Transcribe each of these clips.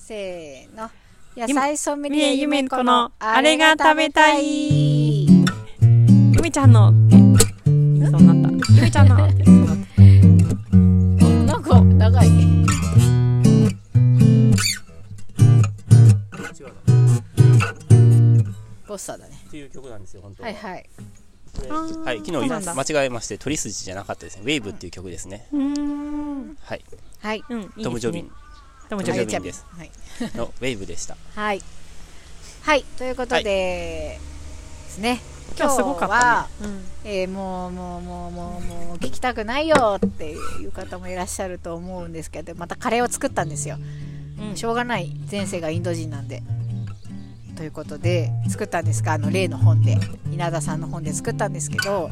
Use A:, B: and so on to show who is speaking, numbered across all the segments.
A: せーの。野
B: ゆ
A: 菜ソムリエ
B: ねえ
A: ゆ
B: ゆ
A: め
B: め
A: こ
B: こ
A: の
B: の
A: あれが食べたい。
B: ゆめちゃんのえそうなったゆめちゃんのえそうなっ
A: なんか長い。
C: 違うな
A: ポスターだね。
C: っていう曲なんですよ本当は
A: はいはい。
C: これ
B: あー
C: はい昨
B: そう
C: 日
B: なんだ
C: 間違えまして鳥筋じゃなかったですねウェーブっていう曲ですね
B: たうーん
C: はい
A: はい。
B: うんいいですね
C: トム・ジョビン
B: トムジ
C: ジ
B: ョ
C: ョ
B: ビ
C: ビ
B: ン
A: はい
C: ンです
A: はい。
C: のウェーブでした
A: はい。はい。ということで、ですね。
B: 今日すごかったねうん
A: えーもうもうもうもうもう聞きたくないよっていう方もいらっしゃると思うんですけどまたカレーを作ったんですよ、
B: うん
A: しょうがない前世がインド人なんでということで作ったんですがあの例の本で稲田さんの本で作ったんですけど、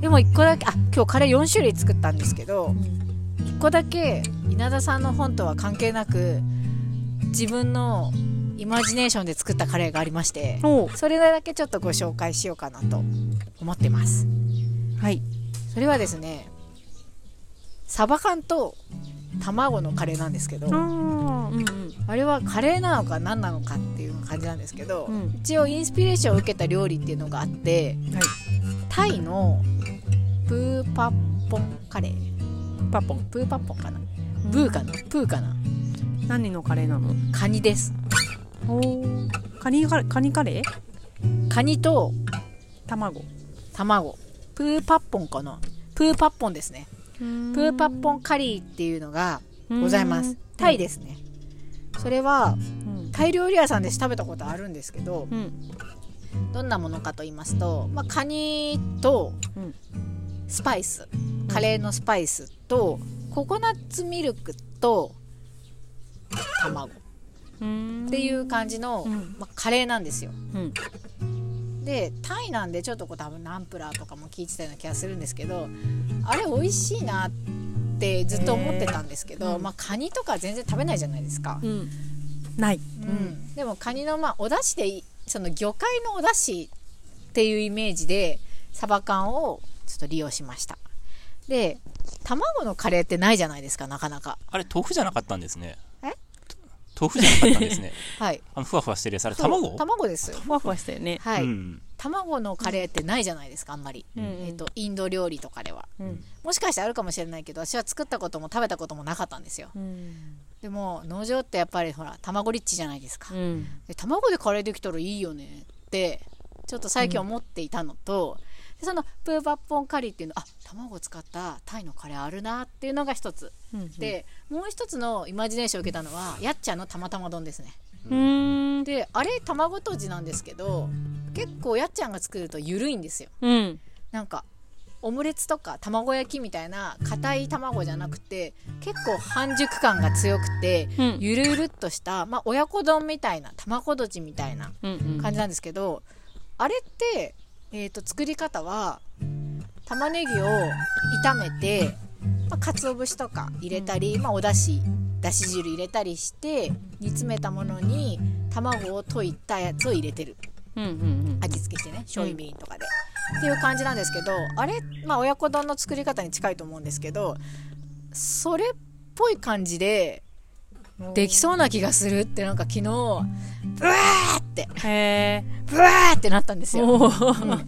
A: でも1個だけあ今日カレー4種類作ったんですけど1個だけ稲田さんの本とは関係なく自分のイマジネーションで作ったカレーがありまして
B: おう
A: それだけちょっとご紹介しようかなと思ってます
B: はい
A: それはですねサバ缶と卵のカレーなんですけど、
B: あーうんうん
A: あれはカレーなのか何なのかっていう感じなんですけど、
B: うん
A: 一応インスピレーションを受けた料理っていうのがあって
B: はい
A: タイのプーパッポンカレー
B: パポン
A: プーパッポンかなブーかなプーかな
B: 何のカレーなの
A: カニです
B: おーカニカレカニカレー
A: カニと
B: 卵
A: 卵プーパッポンかなプーパッポンですね
B: プ
A: プー
B: ー
A: パッポンカリーっていうのがございますタイですねそれは
B: うん
A: タイ料理屋さんで食べたことあるんですけど
B: うん
A: どんなものかと言いますと、まあ、カニと
B: うん
A: スパイスカレーのスパイスとココナッツミルクと卵っ
B: うん
A: ていう感じの、
B: うん
A: まあ、カレーなんですよ
B: うん
A: でタイなんでちょっとこう多分ナンプラーとかも聞いてたような気がするんですけどあれ美味しいなってずっと思ってたんですけ
B: へ
A: ど、
B: ーうん
A: まあ、カニとか全然食べないじゃないですか、
B: うんない
A: うん、でもカニのまあお出汁でいその魚介のお出汁っていうイメージでサバ缶をちょっと利用しましたで卵のカレーってないじゃないですかなかなか
C: あれ豆腐じゃなかったんですね
A: え
C: 豆腐じゃなかったんですね
A: はい
C: あのふわふわしてるやつあれ卵
A: 卵ですよ
B: ふわふわしたよね
A: はい、
C: うん
A: 卵のカレーってないじゃないですかあんまり、
B: うん
A: えっとインド料理とかでは
B: うん
A: もしかしてあるかもしれないけど私は作ったことも食べたこともなかったんですよ
B: うん
A: でも農場ってやっぱりほら卵リッチじゃないですか、
B: うん
A: で卵でカレーできたらいいよねってちょっと最近思っていたのと、でそのプーバッポンカリーっていうのあ卵使ったタイのカレーあるなっていうのが一つ、でもう一つのイマジネーションを受けたのはやっちゃんのたまたま丼ですね
B: うん
A: であれ卵とじなんですけど結構やっちゃんが作ると緩いんですよ
B: うん
A: なんかオムレツとか卵焼きみたいな硬い卵じゃなくて結構半熟感が強くて、
B: うん
A: ゆるゆるっとした、まあ、親子丼みたいな卵どじみたいな
B: うんうん
A: 感じなんですけど、あれって、えー、と作り方は玉ねぎを炒めて、まあ、鰹節とか入れたり、まあ、おだしだし汁入れたりして煮詰めたものに卵を溶いたやつを入れてる
B: うんうん
A: 味付けしてね醤油みりんとかで、っていう感じなんですけどあれ、まあ、親子丼の作り方に近いと思うんですけどそれっぽい感じでできそうな気がするってなんか昨日ブワーって
B: うんへえ
A: ブワーってなったんですよ。
B: おー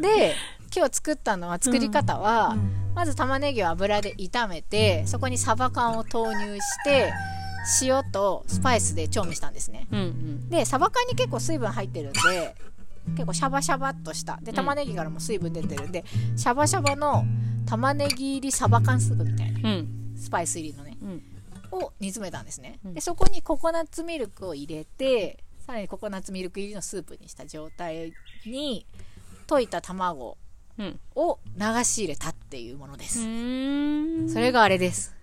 A: で今日作ったのは作り方は、
B: うん
A: まず玉ねぎを油で炒めてそこにサバ缶を投入して塩とスパイスで調味したんですね
B: うんうん
A: でサバ缶に結構水分入ってるんで結構シャバシャバっとしたで玉ねぎからも水分出てるんで、シャバシャバの玉ねぎ入りサバ缶スープみたいな
B: うん
A: スパイス入りのね
B: うん
A: を煮詰めたんですね、
B: うん
A: でそこにココナッツミルクを入れてさらにココナッツミルク入りのスープにした状態に溶いた卵
B: うん
A: を流し入れたっていうもので
B: う
A: す、
B: ーん
A: それがあれです、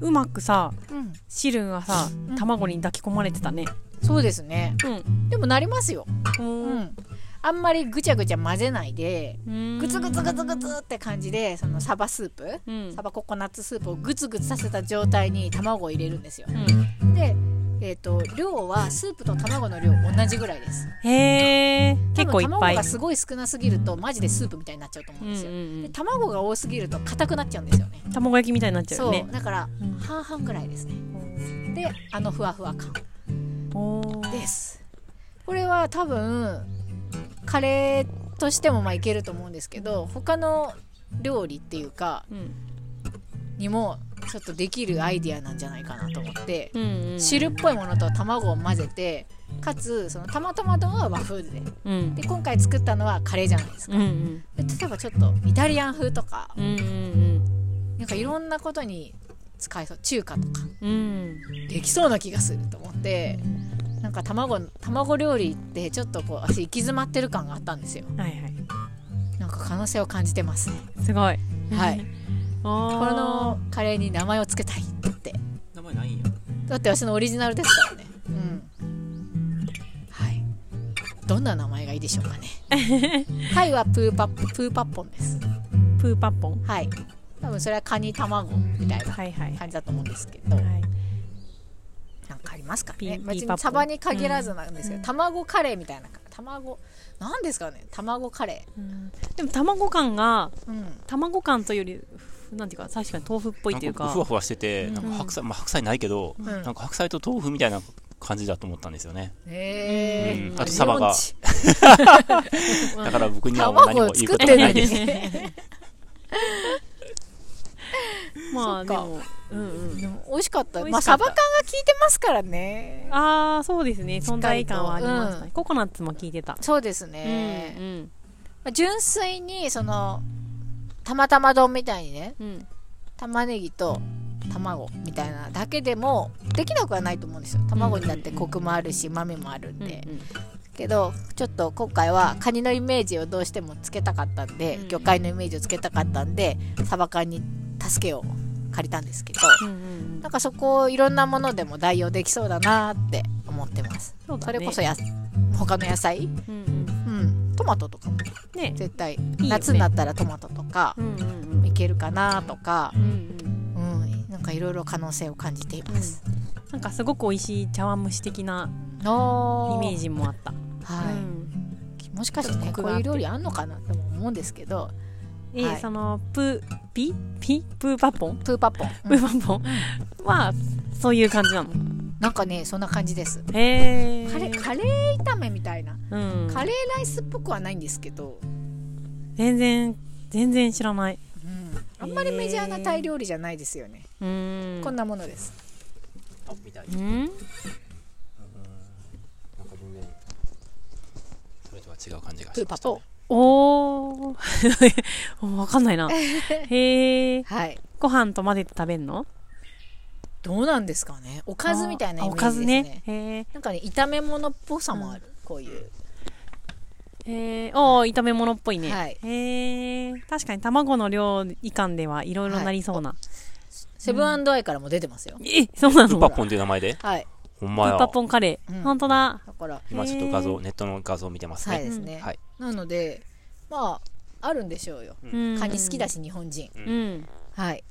B: うまくさ
A: うん、
B: 汁がさ
A: ん
B: 卵に抱き込まれてたね
A: そうですね
B: うん
A: でもなりますよ、う
B: うん
A: ん、あんまりぐちゃぐちゃ混ぜないで
B: グ
A: グツグツグツグツって感じでそのサバスープ
B: うん
A: サバココナッツスープをグツグツさせた状態に卵を入れるんですよ
B: う
A: で、えー、と量はスープと卵の量同じぐらいです
B: んへえ
A: 多分
B: 結構いっぱ
A: 卵
B: い
A: がすごい少なすぎるとマジでスープみたいになっちゃうと思うんですよ、
B: うんうんうん
A: で卵が多すぎると硬くなっちゃうんですよね
B: 卵焼きみたいになっちゃ
A: そ
B: うよね
A: うだから
B: うん
A: 半々ぐらいですねであのふわふわ感
B: おー
A: ですこれは多分カレーとしてもまあいけると思うんですけど他の料理っていうか
B: うん
A: にもちょっとできるアイディアなんじゃないかなと思って、
B: うんうん
A: 汁っぽいものと卵を混ぜてかつそのたまたま丼は和風で
B: うん
A: で今回作ったのはカレーじゃないですか
B: うんうん
A: で例えばちょっとイタリアン風とか
B: うんうん
A: なんかいろんなことに使えそう中華とか
B: うんうん
A: できそうな気がすると思ってなんか卵卵料理ってちょっとこう私行き詰まってる感があったんですよ
B: はいはい
A: なんか可能性を感じてますね
B: すごい
A: はい
B: お
A: こ
B: ー
A: のカレーに名前をつけたいって
C: 名前ないんや
A: だって私のオリジナルですからねうんはいどんな名前がいいでしょうかね はいはプーパッププーパッポンです
B: プーパッポン
A: はい多分それはカニ卵みたいな
B: はいはいは
A: 感じだと思うんですけど、
B: い
A: なんかありますか
B: ピ
A: ね
B: ン
A: 別
B: ピ
A: に
B: ンパッポン
A: サバに限らずなんですけど、卵カレーみたいな卵なんですかね卵カレ
B: うんでも卵感が
A: ーうん
B: 卵感というよりふなんていうか確かに豆腐っぽいという
C: なん
B: か
C: ふわふわしてて、なんか
B: うん
C: 白菜、まあ、白菜ないけど、
A: ん
C: なんか白菜と豆腐みたいな感じだと思ったんですよね。
A: へえ、
C: うんあとサバがだから僕にはもう何
A: 卵
C: も
A: を
C: 言う
A: 作っ
C: こと
A: て
C: はな
A: る
C: いです。
A: のに
B: まあで
A: そっか
B: もうんうん
A: でも美味しかった
B: 美味しか
A: まあサ
B: った
A: バ缶が効いてますからね
B: ああそうですね存在感はありましたね、
A: う
B: ココナッツも効いてた、
A: そうですね、
B: うんうん
A: まあ純粋にそのたまたま丼みたいにね
B: うん
A: 玉ねぎと卵みたいなだけでもできなくはないと思うんですよ卵にだってコクもあるし豆もあるんで、けどちょっと今回はカニのイメージをどうしてもつけたかったんで、
B: うん
A: 魚介のイメージをつけたかったんでサバ缶に助けを借りたんですけど
B: うんうん
A: なんかそこをいろんなものでも代用できそうだなって思ってます
B: そうだ
A: そ
B: ね
A: れこそや他の野菜、
B: うんうん
A: うん、トマトとかも
B: ね
A: 絶対
B: ね
A: 夏になったらトマトとか
B: うんうん
A: いけるかなとか
B: う、んうん
A: うん、なんかいろいろ可能性を感じています、
B: なんかすごく美味しい茶碗蒸し的なイ
A: の
B: メージもあった、
A: はい、
B: うん
A: もしかして
B: ちょ
A: ね
B: っと
A: こ
B: コク
A: う
B: があ
A: い
B: っ
A: う
B: て
A: 料理あんのかなとも思うんですけど
B: で
A: はい
B: そのプピピプーパッポン
A: プーパッポン、
B: プーパッポンはそういう感じなの
A: なんかねそんな感じです
B: へえ
A: カレーカレー炒めみたいな
B: うん、
A: カレーライスっぽくはないんですけど、
B: 全然全然知らない
A: うん、あんまりメジャーなタイ料理じゃないですよね、
B: うん
A: こんなものです
C: あみたい
B: うん
C: なんか全然それとは違う感じが
A: プ
C: し
A: ー
C: ま
A: パ
C: し
A: ポ
B: おー わか んないな。へえ。
A: はい
B: ご飯と混ぜて食べんの
A: どうなんですかねお
B: お
A: かずみたいなイメ
B: お
A: ー
B: か
A: ジで
B: ず
A: すね
B: ね。へえ。
A: なんかね炒め物っぽさもある、こういう
B: へえ。おー、炒め物っぽいね。
A: はい
B: へえ。確かに卵の量以下ではいろいろなりそうな。
A: セブンアイからも出てますよ、
B: え、そうな
C: た。プ
B: の
C: ーパッポンっていう名前で
A: はい
C: ほん
B: プ
C: ま
B: ーパッ
C: や。
B: ポンカレ
A: う
B: ー。
A: ん
B: ほんとだ。
A: だから
C: 今ちょっと画
B: へ
C: 像、
B: ー
C: ネットの画像を見てます
A: はいで
C: ね。
A: すね、
C: はい。
A: なのでまああるんでしょうよ
B: うん
A: カニ好きだ。し日本人、
B: うん。
A: はい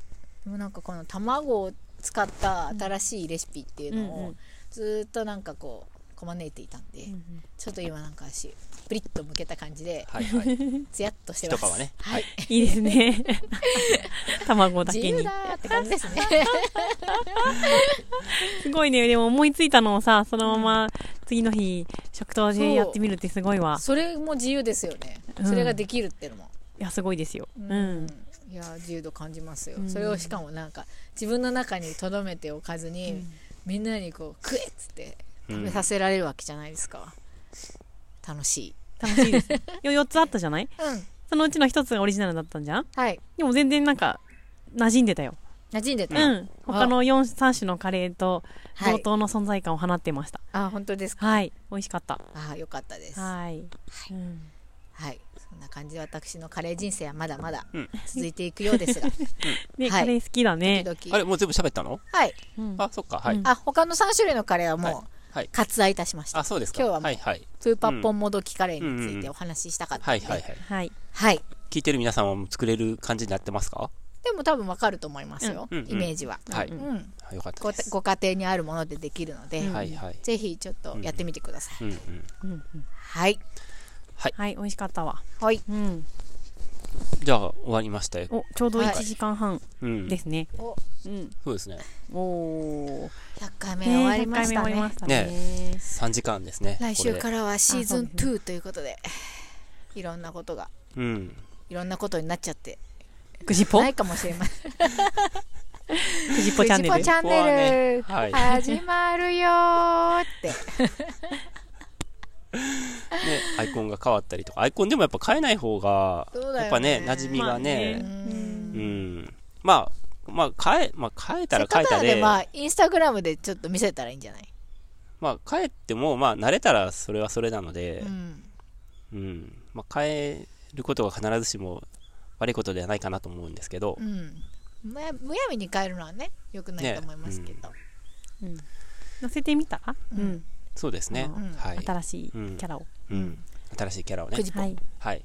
A: でもなんかこの卵を使った新しいレシピっていうの
B: うんう
A: を
B: ん
A: ずーっとなんかこうこまねいていたんで、ちょっと今なんか足プリッと向けた感じで
C: はいはい。
A: ツヤっとして
C: 一
A: ます
C: 皮ね。
A: はい、
B: いいです ね。卵だ
A: 自
B: け
A: 由
B: に
A: だ。ーって感じですね
B: すごいね。でも思いついたのをさ、そのまま次の日、食堂
A: そう
B: でやってみるってすごいわ。
A: それも自由ですよね、
B: うん
A: それができるってのも
B: いや、すごいですよ。うん。
A: いやー自由度感じますよ、
B: うん
A: それをしかもなんか自分の中にとどめておかずに、みんなにこう食えっつって
C: うん
A: 食べさせられるわけじゃないですか、楽しい
B: 楽しいですね。 よ4つあったじゃない
A: うん
B: そのうちの1つがオリジナルだったんじゃん
A: はい
B: でも全然なんか、馴染んでたよ。
A: 馴染んでた、
B: うん。他の4、3種のカレーと
A: は
B: 同
A: い、
B: 等の存在感を放ってました。
A: あ本当ですか
B: はい。美味しかった。
A: ああよかったですは
B: はい。うん
A: いそんな感じで私のカレー人生はまだまだ
C: うん
A: 続いていくよう ですが
B: ね、
A: はい
B: カレー好きだね。
A: 時々
C: あれ、もう全部喋ったの
A: はい
B: うん
C: あ、そっか。は
B: う
C: い
B: ん。
A: あ他の3種類のカレーはも
C: は
A: う
C: い
A: 割愛いたしました、
C: あ、そうですか。
A: 今日はもう
C: いはい。
A: プーパッポンもどきカレーについて
C: うん
A: お話ししたかった
C: は
A: の
C: い
A: で、
C: はいはい。
B: はい。
A: はい
C: 聞いてる皆さんはもう作れる感じになってますか
A: でも多分わかると思いますよ、
C: うんうんうん
A: イメージは、
C: はい
A: うん
C: あよかった
A: ご
C: です。
A: ご家庭にあるものでできるので、
B: うん
C: はいはい。
A: ぜひちょっとやってみてください、
C: うんうん。
B: うんうん
A: はい
B: はい、美味しかったわ。
A: はい
B: うん。
C: じゃあ終わりましたよ。
B: おちょうど
A: はい
B: 1時間半
C: うん
B: で。すね、
A: お
B: うん
C: そうですね。
B: おお
A: 100回目終わりましたね
B: した
C: ね3時間ですね。
A: 来週
C: これで
A: からはシーズン
B: あそ
A: 2ということでいろんなことが
C: うん。
A: いろんなことになっちゃって
B: くじぽ
A: ないかもしれません
B: くじ
A: 「フ
B: ぽチ
A: ジ
B: ャンネ
A: ポ
B: ル
A: チャンネル」
C: ここはね
A: 始まるよー って
C: ね、アイコンが変わったりとか、アイコンでもやっぱ変えない方が、
A: そうだよね
C: やっぱね、馴染みがね、
A: う
C: うんん。まあ、まあ変え、まあ変えた
A: せっ
C: ら
A: か
C: 変え
A: くな
C: た
A: んで
C: で、
A: まあインスタグラムでちょっと見せたらいいんじゃない
C: まあ変えても、まあ慣れたらそれはそれなので
A: う、ん
C: うん。まあ変えることが必ずしも悪いことではないかなと思うんですけど
A: う、んむやむやみに変えるのはねよくないと思いますけど
B: うん載せてみた
A: う
B: うんん、
C: そうですね
A: うん。
C: はい。
B: 新しいキャラを、
C: うん。新しいキャラをね
A: く。じぽんは
B: は
A: い
B: い
C: はい。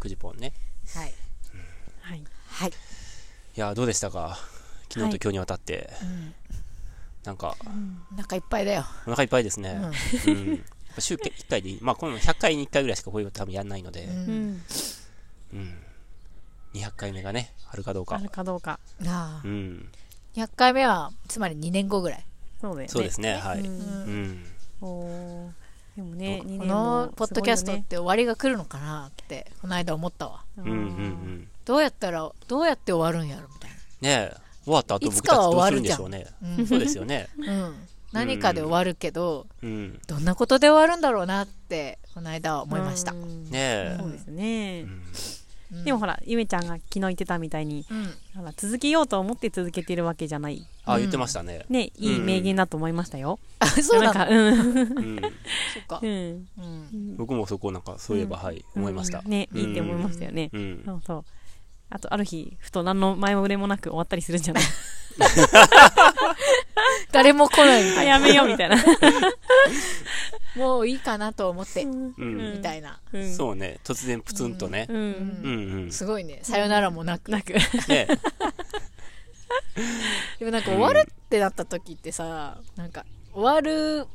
C: くじぽんね。
A: はい
B: はい
A: はい
C: いやー、どうでしたか昨日と今日にわたって、
A: うん
C: なんか、
A: お腹いっぱいだよ
C: お腹いっぱいですね。うん。やっぱ週1回でいい。まあ、この100回に1回ぐらいしかこういうこと多分やんないので
A: う、ん
B: うん、
C: うん。200回目がね、あるかどう
B: あ
C: か
B: る。かどうか
A: あ
C: う
A: あ
C: ん。
A: 100回目はつまり2年後ぐらい
B: そうだよね
C: そうですね、はい。
B: う
C: うん
A: うん
C: ん。
B: おーでもね、2
C: ど
A: こ
B: 年も
A: のポッドキャストっ
B: す
A: て終わりが来るのかなってこの間思ったわ
B: ご
C: う
B: い
C: んう
B: よ
C: んう
B: ね
C: ん。
A: どうやったらどうやって終わるんやろみたい
C: ねえ、終わった後
A: いつ
C: 僕
A: か
C: たち
A: は
C: どうす
A: 終わ
C: る
A: る
C: んで
A: じゃ
C: し
A: ん
C: ょうね。
A: な、うん
C: そうですよね。
A: うん、何かで終わるけど
C: うん。
A: どんなことで終わるんだろうなってこの間は思いました、
B: うん
C: ねえ
B: そうですね、
C: うん。
A: うん
B: でもほらゆめちゃんが昨日言ってたみたいに
A: うん
B: ほら続けようと思って続けてるわけじゃない
C: あ、言ってましたね。
B: ねいい名言だと思いましたよ、
A: あそうなの
B: ん
A: そ
B: かうん
C: うん。
A: うか
B: う、ん
A: うん、
C: 僕もそこなんか、そういえば、はい、思いました
B: うん。ねいいって思いましたよね、
C: うん。
B: そうそうあとある日ふと何の前も触れもなく終わったりするんじゃない
A: 誰も来ないみ
B: あ
A: たい
B: や
A: な
B: めようみたいな、
A: もういいかなと思って、
C: うん
A: みたいな、
B: うん、
C: そうね、突然プツンとね
B: う。ん、
A: うん
C: うんうん。
A: すごいねさよならもなく
B: なく
C: ね
A: でもなんか終わるってなった時ってさなんか終わる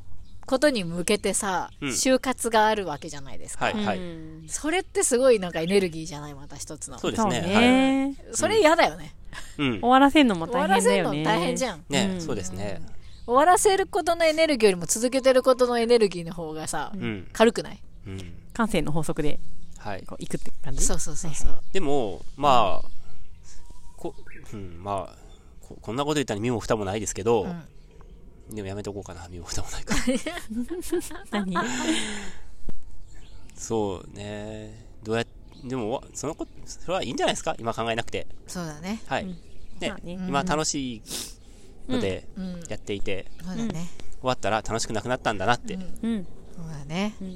A: ことに向けてさ、
C: うん
A: 就活があるわけじゃないですか、
C: はいはい。
B: うん
A: それってすごいなんかエネルギーじゃないまた一つのそ
C: そ
A: う
C: です
B: そう
C: ね。
B: ね、
A: れ嫌だよね、
C: はい。うん
B: 終。わらせるのも
A: 終わ
B: 大
A: ら
B: 変だ
A: せる
B: よ
A: の
B: ね
A: 大変じゃん
C: ね
B: う、ん
C: そうですね。
A: 終わらせることのエネルギーよりも続けてることのエネルギーの方がさ、
C: うん。
A: 軽くない
C: うん。
B: 感性の法則で
C: はい。
B: こういくって感じ
A: そうそうそうそう
C: でも、まあ、こ、うん、まあ、ここんなこと言ったら身も蓋もないですけど、
A: うん
C: でもやめとこうかな、身も蓋もないから。
B: 何
C: そうね。どうやっでも、わそのこと、それはいいんじゃないですか今考えなくて。
A: そうだね
C: はい。
B: うん
C: ね
B: まあ、ね
C: 今楽しいので
A: うん
C: やっていて、
A: そうだね、
C: 終わったら楽しくなくなったんだなって。
B: うん
A: そうだね
B: うん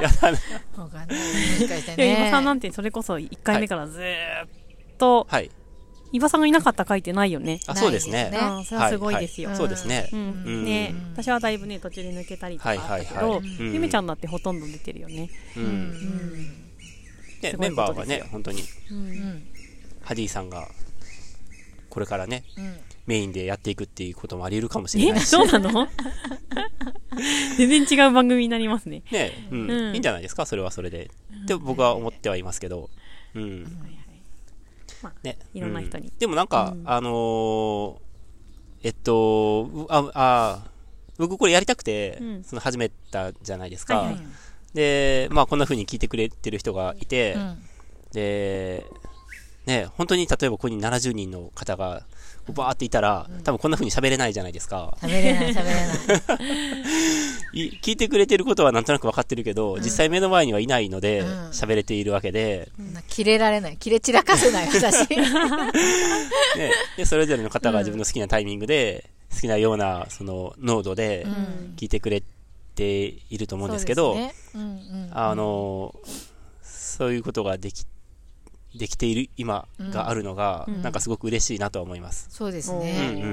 C: やだな。
A: わかんないもしかして
B: いや、
A: ね
B: 伊庭さんなんてそれこそ1回目からずーっと、
C: はい。
B: 伊庭さんがいなかった回ってないよね。
C: あ、そうですね
A: ない。
B: ああそれはすごいですよ。
C: ははそうですね
B: う。ん
C: うん
B: ね
C: うん
B: 私はだいぶね、途中で抜けたりとかあったけ
C: はいは
B: ど
C: いはいうん、
B: ゆめちゃんだってほとんど出てるよね。
C: う
A: うん
C: ん。ね、
B: すご
C: メ
B: い
C: ン
B: こ
C: バ
B: と
C: ーは
B: です
C: ね
B: よ、
C: 本当に、
A: うんうん
C: ハディさんが、これからね、
A: うん
C: メインでやっていくっていうこともあり得るかもしれ
B: え
C: ない、し、
B: そうなの 全然違う番組になりますね。
C: ね、うん、
B: うん
C: いいんじゃないですか、それはそれで。って僕は思ってはいますけど、うん、
B: はいはいまあ、
C: ね。
B: いろんな人に
C: うでもなんか、
B: うん
C: あのー、えっと、うあ、あ、僕これやりたくて、
B: うん
C: その始めたじゃないですか。
B: はいはい
C: で、まあこんな風に聞いてくれてる人がいて、
A: うん
C: で、ね、本当に例えばここに70人の方がこうバーっていたら、多分こんな風に喋れないじゃないですか。
A: 食べれない食べれない
C: い聞いてくれてることはなんとなく分かってるけど、実際目の前にはいないので、
A: うん
C: 喋れているわ けで、
A: そんな切れられない切れ散らかせない私
C: ね、でそれぞれの方が自分の好きなタイミングで、好きなようなその濃度で
A: ん
C: 聞いてくれていると思うんですけど、
A: そうですねうんうん
C: あのそういうことができできている今があるのが、
B: うん
C: なんかすごく嬉しいなとは思います。
A: そうです
C: うん
A: ね
C: うん
A: う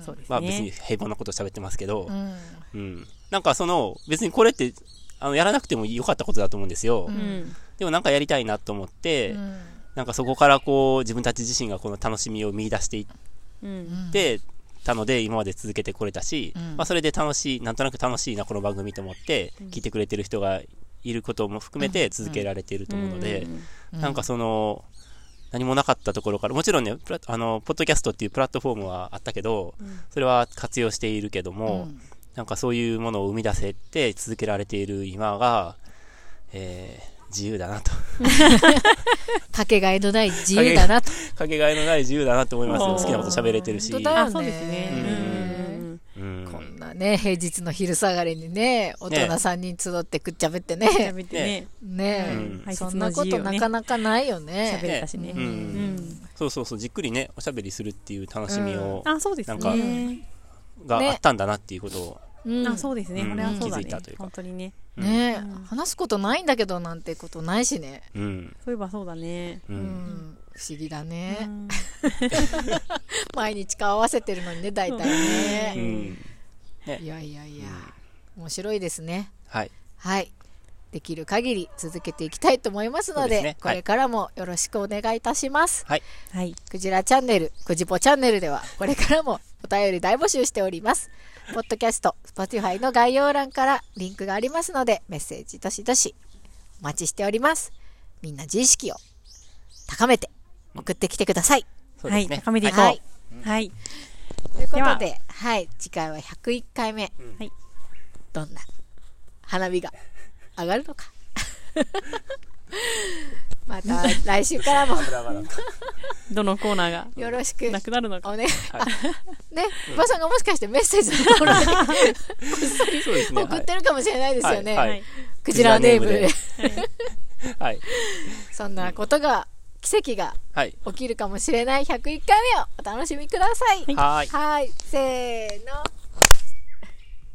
A: ん
B: そうですね。
C: まあ別に平凡なこと喋ってますけど、
A: うん
C: うん。なんかその、別にこれって、あの、やらなくても良かったことだと思うんですよ。
A: う
B: うん。
C: でもなんかやりたいなと思って、
A: うん
C: なんかそこからこう、自分たち自身がこの楽しみを見出していっ
B: うん。
A: うん
C: てたので、今まで続けてこれたし、
A: うん
C: まあそれで楽しい、なんとなく楽しいな、この番組と思って、聞いてくれてる人がいることも含めて続けられていると思うので、
B: うん
C: なんかその、何もなかったところから、もちろんね、プラあの、ポッドキャストっていうプラットフォームはあったけど、それは活用しているけども、
A: うん
C: なんかそういうものを生み出せて続けられている今が、えー自由だなと。
A: かけがえのない自由だなと。
C: かけがえのない自由だなって思いますよ。
B: おー
C: 好きなこと喋れてるし。
A: 本当だよ
B: あそうですね
A: うん
C: う
A: こ
C: ん。
A: んなね、平日の昼下がりにね、大人
C: ね
A: 3人集ってくっちゃべって
B: や
A: ね。
B: めてね
A: ね
C: うん
A: そんなことなかなかないよ
B: 喋
A: ね。
B: れたしね
C: う。
B: うんん
C: そうそうそう、じっくりね、おしゃべりするっていう楽しみを、
B: あそうです
C: な
B: ね
C: が
A: ね
C: あったんだなっていうことを、
A: うん
B: あそうですね
C: うん
B: これはそうだ
C: 気づいたとい
B: ね
C: うか
B: 本当にね
C: うん
A: ね、
B: うん
A: 話すことないんだけどなんてことないしね。
C: うん。
B: そういえばそうだね
C: う。
A: うんん、不思議だね。
B: うん
A: 毎日顔合わせてるのにね、大体
C: う
A: ね。
C: ん。
A: いやいやいや、面白いですね。
C: はい。
A: はい。できる限り続けていきたいと思いますの
C: そうで
A: で、
C: すね
A: これからもよろしくお願いいたします。
C: はい。
B: はい
A: クジラチャンネル、クジポチャンネルでは、これからもお便り大募集しております。ポッドキャスト、Spotify の概要欄からリンクがありますので、メッセージどしどしお待ちしております。みんな自意識を高めて送ってきてください。
C: そう
B: は
C: で
B: い
C: すね。
B: 高めていこ
A: はいう
B: はい
A: というこ
B: で
A: と
B: は
A: で、はい、次回は101回目。
C: ん
B: はい
A: どんな花火が上がるのか。 また来週からも
C: 油がな んか
B: どのコーナーが
A: よろしく
B: なくなるのか
A: お願い。あね、おばさんがもしかしてメッセージのところに
C: そうですね。
A: 送ってるかもしれないですよね。
C: はい
B: はい
A: クジラネームで
C: ク。はい。はい。
A: そんなことが、奇跡が
C: はい。
A: 起きるかもしれない101回目をお楽しみください。
C: はい
A: はい、せーの。